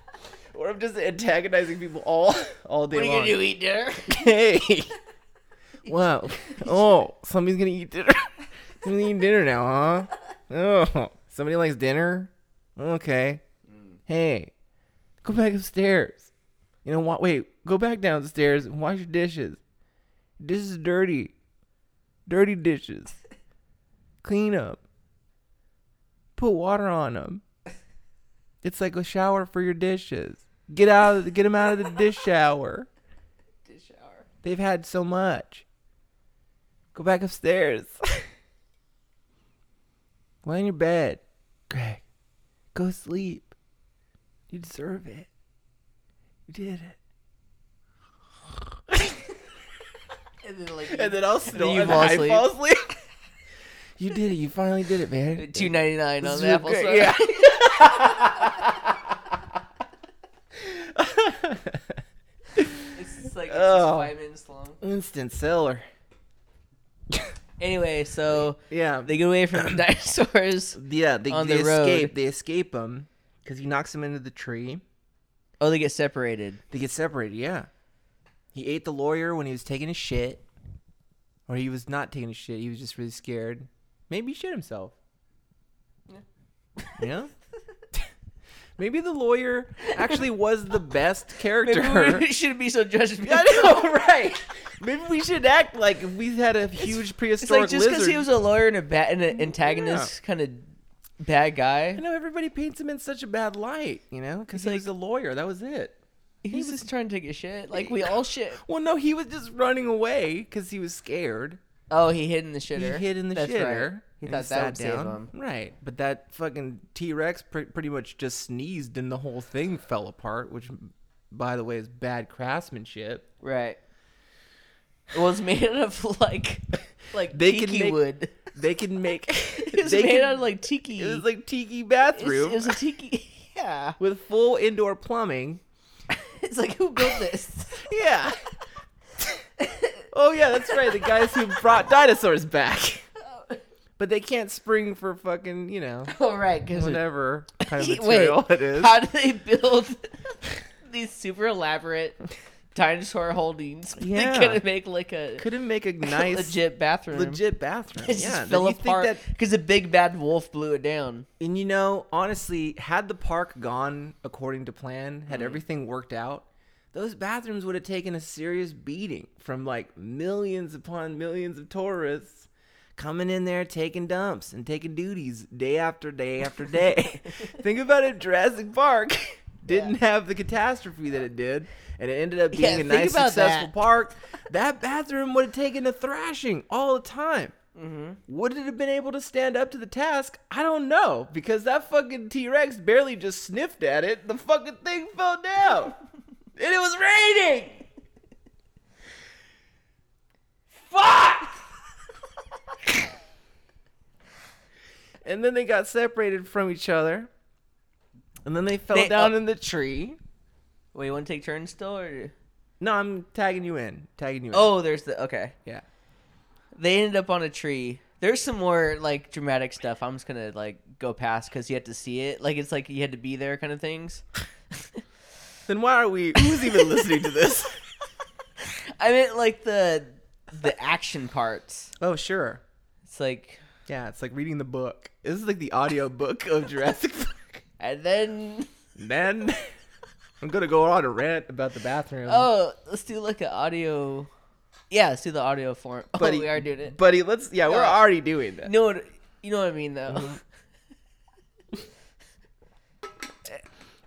<laughs> where I'm just antagonizing people all all day
What are you
long.
gonna do? Eat <laughs> dinner?
Hey, <laughs> wow! Oh, somebody's gonna eat dinner. <laughs> Somebody's eating dinner now, huh? Oh, somebody likes dinner. Okay. Hey, go back upstairs. You know what? Wait, go back downstairs and wash your dishes. Dishes are dirty. Dirty dishes. Clean up. Put water
<laughs>
on them. It's like a shower for your dishes. Get out of the, get them out of the
<laughs>
dish shower.
Just shower.
They've had so much. Go
<laughs>
back upstairs. Lie in your bed, Greg. Go sleep. You deserve it. You did it.
<laughs> And then like
And then I'll
you
snore. And
fall
I
asleep.
fall asleep. you did it. You finally did it, man.
two ninety nine on
This
the
is
Apple
great.
Store.
Yeah.
<laughs> It's just like it's just
Oh.
five minutes long.
<laughs> Instant seller.
Anyway, so
Yeah. They,
they get away
<coughs>
from the dinosaurs.
yeah. They,
On
they
the road.
escape. They escape him because he knocks him into the tree.
Oh, they get
<laughs>
separated.
They get separated, yeah. He ate the lawyer when he was taking a shit. Or he was not taking a shit, he was just really scared. Maybe he shit himself. Yeah? <laughs> Maybe the lawyer actually was
<laughs>
the best <laughs> character.
Maybe we shouldn't be so <laughs> judgmental.
I know, <laughs> right? Maybe we should act like if we had a huge
It's
prehistoric
like just because
lizard.
he was a lawyer and a ba- and an antagonist kind of bad
I
guy,
know everybody paints him in such a bad light, you know, because he was a lawyer. That was it.
he was just trying to take a shit. Like we
<laughs>
all shit.
Well, no, he was just running away because he was scared.
Oh, he hid in the shitter.
He hid in the
That's
shitter.
Right. He
and
thought
sat
that would save him.
Right, but that fucking T Rex pr- pretty much just sneezed and the whole thing fell apart, which, by the way, is bad craftsmanship.
Right. It was made <laughs> out of
<laughs>
like like
They can
tiki
make-
wood.
They can <laughs> make.
It was
they
made
can-
out of like tiki.
It was
It's-
like tiki bathroom
it was a tiki. <laughs> Yeah.
with full indoor plumbing.
It's like who built this? <laughs>
Yeah. oh yeah, that's right. The guys who brought
<laughs>
dinosaurs back, but they can't spring for fucking you know
All right, because
whatever kind
<laughs>
of
Wait.
material it is.
how do they build <laughs> these super elaborate dinosaur holdings? <laughs>
Yeah.
They couldn't make like a
Couldn't make a
<laughs>
nice
legit bathroom.
legit bathroom.
It <laughs> just
yeah,
fell
you think
apart
that,
because the big bad wolf blew it down.
and you know, honestly, had the park gone according to plan,
Mm-hmm.
had everything worked out, those bathrooms would have taken a serious beating from like millions upon millions of tourists coming in there taking dumps and taking duties day after day
<laughs>
after day. Think about it, Jurassic Park. <laughs> Didn't have the catastrophe that it did, and it ended up
Yeah,
being a
think
nice,
about
successful
that.
park. That bathroom would have taken a thrashing all the time. Would it have been able to stand up to the task? I don't know because that fucking T Rex barely just sniffed at it. The fucking thing fell down, and it was raining. Fuck! and then they got separated from each other, And then they fell
They-
down
uh,
in the tree.
Wait, you want to take turns still? Or...
No, I'm tagging you in. Tagging you in.
Oh, there's the. Okay.
yeah.
They ended up on a tree. There's some more like dramatic stuff. I'm just gonna like go past because you had to see it. Like it's like you had to be there kind of things.
Then why are we? Who's even listening to this?
I meant like the the action parts.
Oh, sure.
It's like
Yeah, it's like reading the book. This is like the audio book of <laughs> Jurassic Park.
and
Hmm.
then
Then <laughs> I'm gonna go on a rant about the bathroom.
oh let's do like an audio. Yeah, let's do the audio form. <laughs> Oh,
Buddy-
we are doing it.
buddy, let's. Yeah, we're
No.
already doing that.
No, what- you know what I mean though.
Mm-hmm.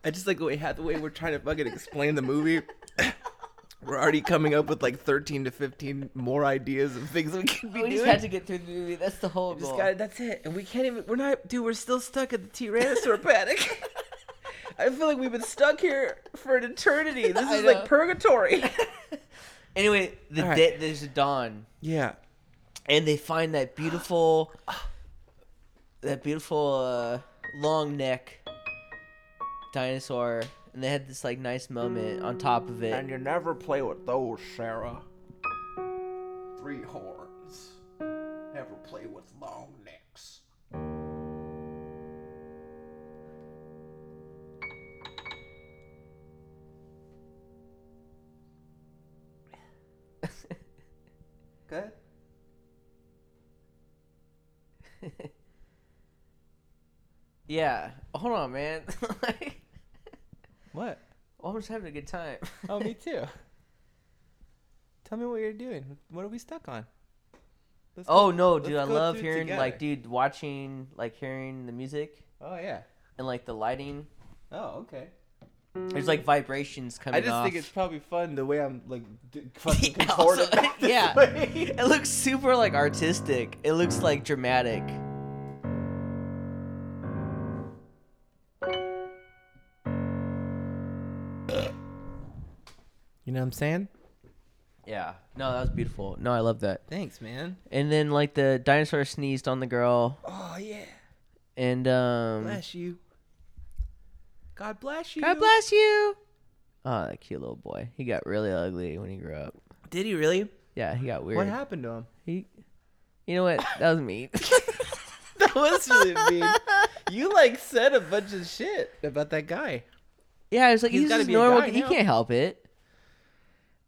I just like the way the way we're trying to fucking explain the movie. <coughs> We're already coming up with like 13 to 15 more ideas of things we could
<laughs>
be
we
doing.
just had to get through the movie. That's the whole
Just
goal.
gotta- that's it. And we can't even. We're not. Dude, we're still stuck at the <laughs> Tyrannosaur panic. I feel like we've been stuck here for an <laughs> eternity. This
I
is
know.
like <laughs> purgatory.
Anyway, the
All right.
da- there's a dawn,
Yeah.
and they find that beautiful, that beautiful uh, long neck dinosaur, and they had this like nice moment on top of it.
you never play with those, Sarah. Three horns. Never play with long necks. <laughs> Good.
Yeah, hold on, man. <laughs> like,
What?
well, I'm just having a good time.
Oh, me too. <laughs> Tell me what you're doing. What are we stuck on? Let's
oh no, dude, I
let's go
love
through
hearing like,
together.
dude, watching, like hearing the music
Oh yeah.
and like the lighting.
Oh okay.
There's like vibrations coming.
I just
off.
think it's probably fun the way I'm like <laughs> d- fucking
Yeah,
contorted.
also-
<laughs> back this
yeah.
way.
It looks super like artistic. It looks like dramatic.
You know what I'm saying?
Yeah. No, that was beautiful. No, I love that.
Thanks, man.
And then like the dinosaur sneezed on the girl
Oh yeah.
and um
Bless you. God bless you.
God bless you. Oh, that cute little boy. He got really ugly when he grew up.
Did he really?
Yeah, he got weird.
What happened to him?
He You know what? That was me.
<laughs> That was really <laughs> mean. You like said a bunch of shit about that guy.
<laughs> yeah, I was like
He's
he's,
gotta
just
be a
normal.
guy
He
now.
can't help it.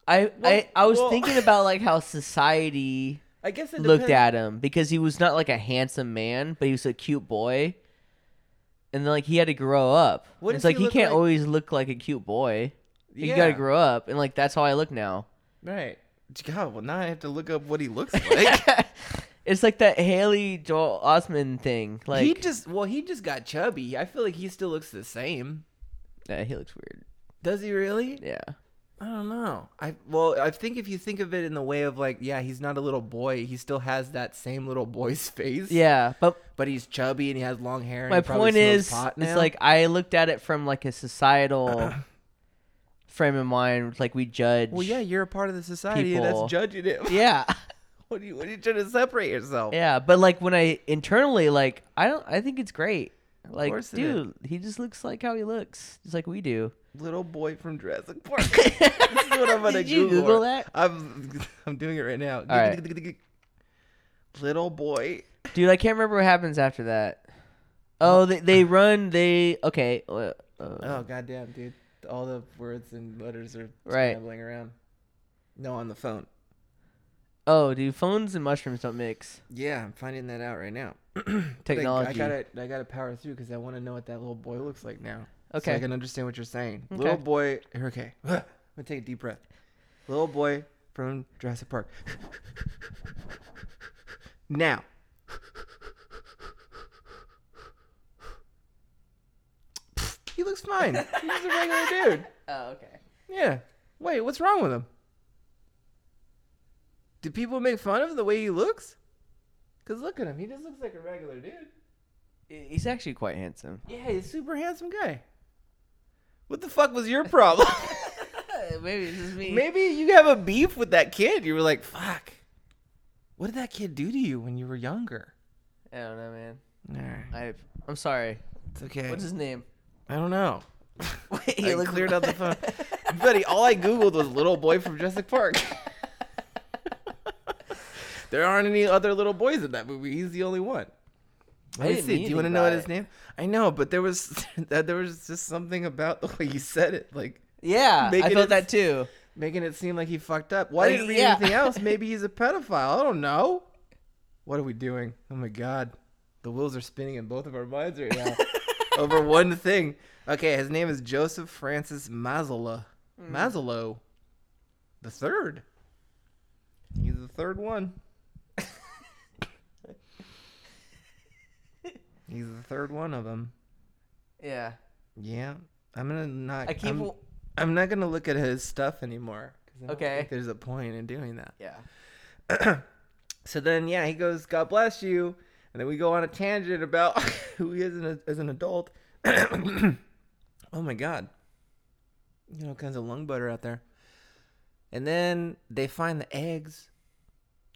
I
Well-
I I was
well-
thinking about like how society
I guess it
looked
depends-
at him because he was not like a handsome man, but he was a cute boy. And then like he had to grow up.
What
it's
does he
like he
look
can't
like?
always look like a cute boy. You gotta grow up, and like that's how I look now.
Right. God, well now I have to look up what he looks <laughs> like.
<laughs> it's like that Haley Joel Osment thing. Like
he just well, he just got chubby. I feel like he still looks the same.
Nah, he looks weird.
Does he really?
Yeah,
I don't know. I well, I think if you think of it in the way of like, yeah, he's not a little boy. He still has that same little boy's <laughs> face.
yeah. But
but he's chubby and he has long hair. and
my
he probably
point
smells
is,
pot
it's
now.
like I looked at it from like a
<coughs>
societal frame of mind. Like we judge.
well, yeah, you're a part of the society
people-
that's judging him.
yeah.
<laughs> what are you? What are you trying to separate yourself?
Yeah, but like when I internally like I don't I think it's great. Like
course it is.
dude, he just looks like how he looks, just like we do.
Little boy
<laughs>
from Jurassic Park. <laughs> this is what I'm gonna
Did you
Google.
Google that?
I'm <laughs> I'm doing it right now.
right.
Little boy.
Dude, I can't remember what happens after that. Oh, they
<laughs>
they run. They okay. Uh, uh,
Oh goddamn, dude! All the words and letters are
Right.
scrambling around. No, on the phone.
oh, dude, phones and mushrooms don't mix.
Yeah, I'm finding that out
<clears throat>
right now. Like,
Technology.
I gotta, I gotta power through because I want to know what that little boy looks like now. so I
Okay.
can understand what you're saying.
Okay.
Little boy, here, okay. <sighs> I'm gonna take a deep breath. Little boy from Jurassic Park. <laughs> now. He looks fine. He's just a regular dude.
oh, okay.
Yeah. Wait, what's wrong with him? Do people make fun of the way he looks? Cause look at him. He just looks like a regular dude.
He- He's actually quite handsome.
Yeah, he's a super handsome guy. What the fuck was your <laughs> problem?
Maybe it's just me.
<laughs> Maybe you have a beef with that kid. You were like, fuck. What did that kid do to you when you were younger?
I don't know, man.
Nah,
I I'm sorry.
it's okay. <laughs>
What's his name?
I don't know.
Wait,
I
look-
cleared out the phone. <laughs> Buddy, all I Googled was little boy from Jurassic <laughs> Park. <laughs>
<laughs>
there aren't any other little boys in that movie. He's the only one.
I
Let me
didn't
see.
mean
Do you want to
anything
know what
by
his
it.
name? I know, but there was <laughs> that there was just something about the way you said it, like
Yeah,
Make
I
it
felt
as-
that
<laughs>
too.
making it seem like he fucked up. Why
Like,
didn't read
yeah. <laughs>
anything else? Maybe he's a pedophile. I don't know. What are we doing? Oh my god, the wheels are spinning in both of our minds
<laughs>
right now over one thing. Okay, his name is Joseph Francis Mazzola.
Mm.
Mazzolo, the third. He's the third one. he's the third one of them.
Yeah,
Yeah, I'm gonna not.
I keep.
I'm-
w-
I'm not gonna look at his stuff anymore. 'cause I don't
Okay.
think there's a point in doing that.
yeah,
So then, yeah, he goes, "God bless you," and then we go on a tangent about <laughs> who he is in a- as an adult. <clears throat> oh my God, you know, all kinds of lung butter out there. And then they find the eggs,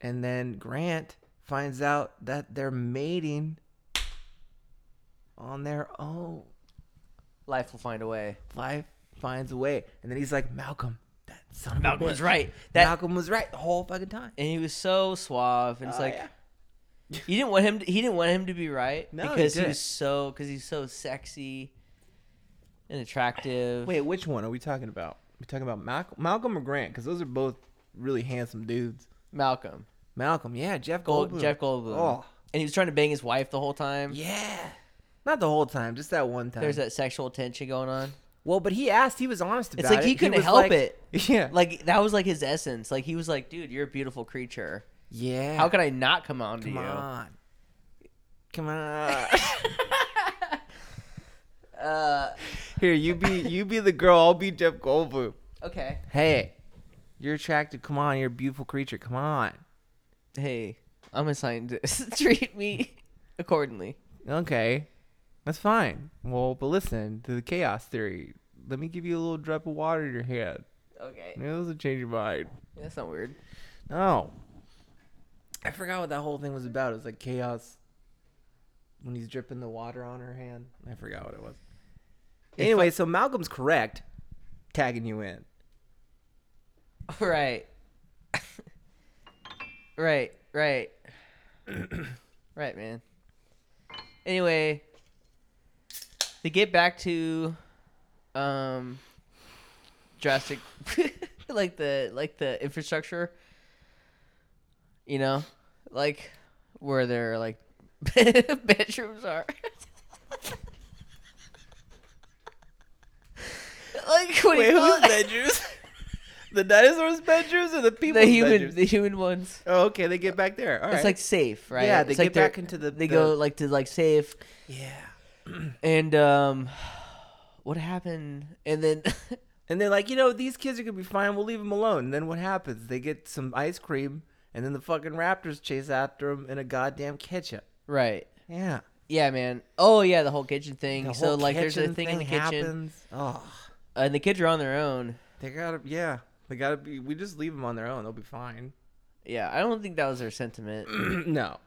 and then Grant finds out that they're mating on their own.
life will find a way.
Life finds a way, and then he's like, "Malcolm, that son of
Malcolm
a bitch."
was right. That
Malcolm was right the whole fucking time.
and he was so suave, and it's
Oh,
like
yeah.
you didn't want him. To, he didn't want him to be right
No, he
because he,
didn't.
was so because he's so sexy and attractive.
Wait, which one are we talking about? we talking about Malcolm, Malcolm or Grant? Because those are both really handsome dudes.
Malcolm,
Malcolm, yeah, Jeff
Gold,
Goldblum.
Jeff Goldblum,
Oh,
and he was trying to bang his wife the whole time.
yeah. Not the whole time, just that one time.
There's that sexual tension going on.
well, but he asked. He was honest about
It's
it.
like he couldn't
was
help
like-
it.
<laughs> Yeah.
Like that was like his essence. Like he was like, dude, you're a beautiful creature.
yeah.
How could I not come on to
Come
you?
on.
<laughs>
Come on. <laughs>
Uh,
Here, you be you be the girl. I'll be Jeff Goldblum.
okay.
Hey, you're attractive. Come on, you're a beautiful creature. Come on.
Hey, I'm a scientist. <laughs> Treat me accordingly.
Okay, that's fine. Well, but listen to the chaos theory. Let me give you a little drop of water in your hand.
Okay.
Maybe this will change your mind.
That's not weird.
No. I forgot what that whole thing was about. It was like chaos when he's dripping the water on her hand. I forgot what it was. Anyway, so Malcolm's correct, tagging you in.
Right. right, right. right, man. Anyway, to get back to um drastic <laughs> like the like the infrastructure, you know, like where their like <laughs> bedrooms are. <laughs> like what do you call it?
bedrooms? the dinosaurs' bedrooms or the people's
the human
bedrooms?
the human ones.
oh, okay, they get back there. All right.
It's like safe, right?
Yeah, they
It's like
get
they're-
back into the-
They
the-
go like to like safe,
yeah.
and um, <sighs> what happened? And then <laughs>
And they're like, you know, these kids are gonna be fine. We'll leave them alone. And then what happens? They get some ice cream, and then the fucking raptors chase after them in a goddamn ketchup.
right,
Yeah,
yeah, man. Oh yeah, the whole kitchen thing.
The
so
whole
like, there's a
kitchen
thing, in the kitchen,
happens. Oh,
uh, and the kids are on their own.
they gotta, yeah, they gotta be. We just leave them on their own. They'll be fine. <clears throat>
Yeah, I don't think that was their sentiment. <laughs>
no,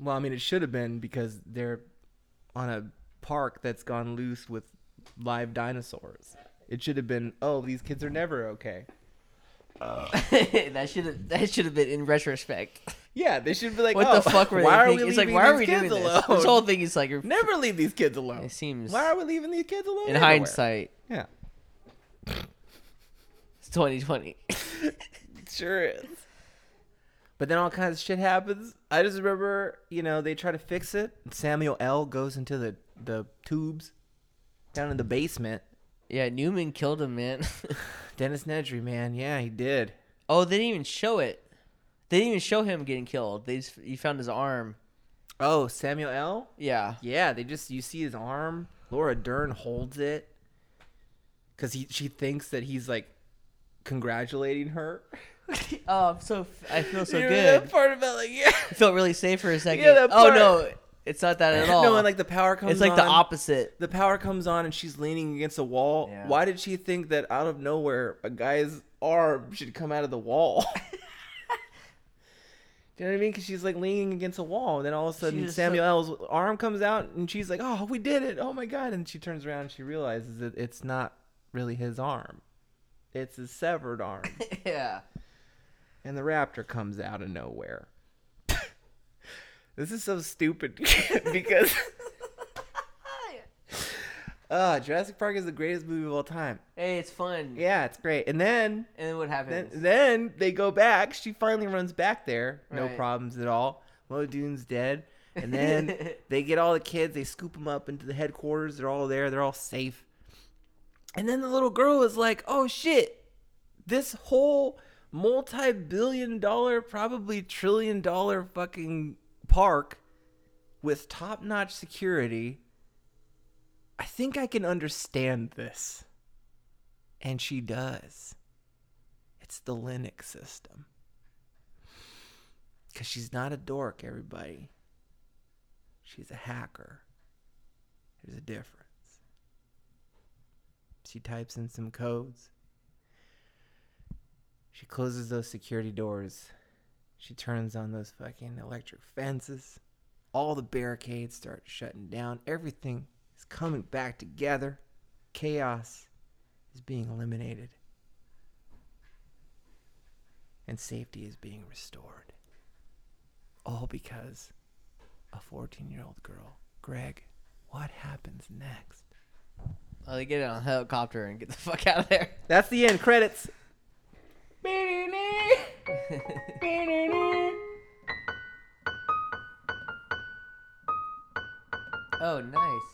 well, I mean, it should have been because they're on a park that's gone loose with live dinosaurs. It should have been, oh, these kids are never okay.
that should have that should have been in
<laughs>
retrospect.
Yeah, they should be like,
What
oh,
the fuck were they
<laughs> why
thinking?
Are we
it's like
leaving
why are
these
we doing
kids
this?
alone?
This whole thing is like in
Never leave these kids alone.
It seems-
Why are we leaving these kids alone? everywhere?
hindsight,
Yeah.
it's 2020.
Sure is. But then all kinds of shit happens. I just remember, you know, they try to fix it. Samuel L goes into the the tubes down in the basement.
<laughs> yeah, Newman killed him, man. <laughs>
Dennis Nedry, man, yeah, he did.
Oh, they didn't even show it. They didn't even show him getting killed. They just you found his arm.
Oh, Samuel L?
Yeah.
Yeah, they just you see his arm. Laura Dern holds it cuz he she thinks that he's like congratulating her. <laughs>
Oh, I'm so f- I feel so
You remember
good.
That part about like yeah.
I felt really safe for a second.
Yeah, that
oh
part.
no, it's not that at all.
<laughs> No, and like the power comes
it's like the
on. <laughs>
opposite.
the power comes on and she's leaning against a wall.
Yeah.
Why did she think that out of nowhere a guy's arm should come out of the wall? Do <laughs> you know what I mean? Because she's like leaning against a wall, and then all of a sudden
just
Samuel L's arm comes out, and she's like, "Oh, we did it! Oh my god!" And she turns around, and she realizes that it's not really his arm; it's his severed arm.
yeah.
and the raptor comes out of nowhere. <laughs> this is so stupid <laughs> because uh, Jurassic Park is the greatest movie of all time.
Hey, it's fun.
Yeah, it's great. And then
And then what
then,
happens?
then they go back. She finally runs back there. No
Right.
problems at all. Mo Dune's dead. And then they get all the kids. They scoop them up into the headquarters. They're all there. They're all safe. And then the little girl is like, oh shit, this whole multi billion dollar, probably trillion dollar fucking park with top notch security. I think I can understand this. And she does. It's the Linux system. Because she's not a dork, everybody. She's a hacker. There's a difference. She types in some codes. She closes those security doors. She turns on those fucking electric fences. All the barricades start shutting down. Everything is coming back together. Chaos is being eliminated. And safety is being restored. All because a 14 year old girl. Greg, what happens next?
oh, they get on a helicopter and get the <laughs> fuck out of there.
That's the end credits.
oh, nice.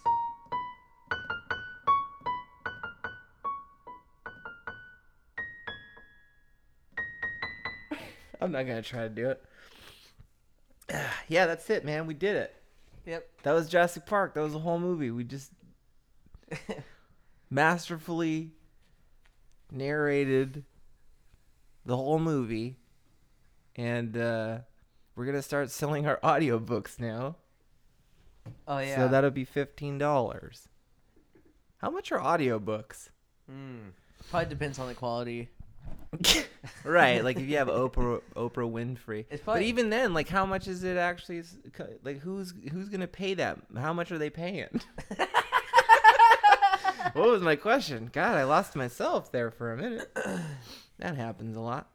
I'm not going to try to do it. <sighs> yeah, that's it, man. We did it.
Yep.
That was Jurassic Park. That was the whole movie. We just masterfully narrated the whole movie. And uh, we're going to start selling our audiobooks now.
Oh yeah.
So that'll be $15. How much are audiobooks?
Mm. Probably depends on the
<laughs>
quality. <laughs>
right, like if you have Oprah Oprah Winfrey.
It's
but
probably-
even then, like how much is it actually s- co- like who's who's going to pay that? How much are they paying? <laughs> what was my question? God, I lost myself there for a minute. that happens a lot.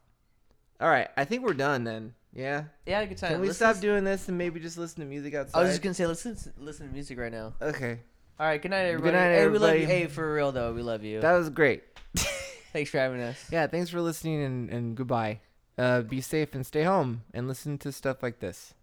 All right, I think we're done then. Yeah.
yeah, good time.
Can we
Let's
stop
lis-
doing this and maybe just listen to music outside?
I was just gonna say, let's listen, listen to music right now.
okay.
All right, good night, everybody.
night,
Hey, we love you.
everybody.
Hey, for real though, we love you.
That was great.
Thanks for having us.
yeah, thanks for listening and, and goodbye. Uh, be safe and stay home and listen to stuff like this.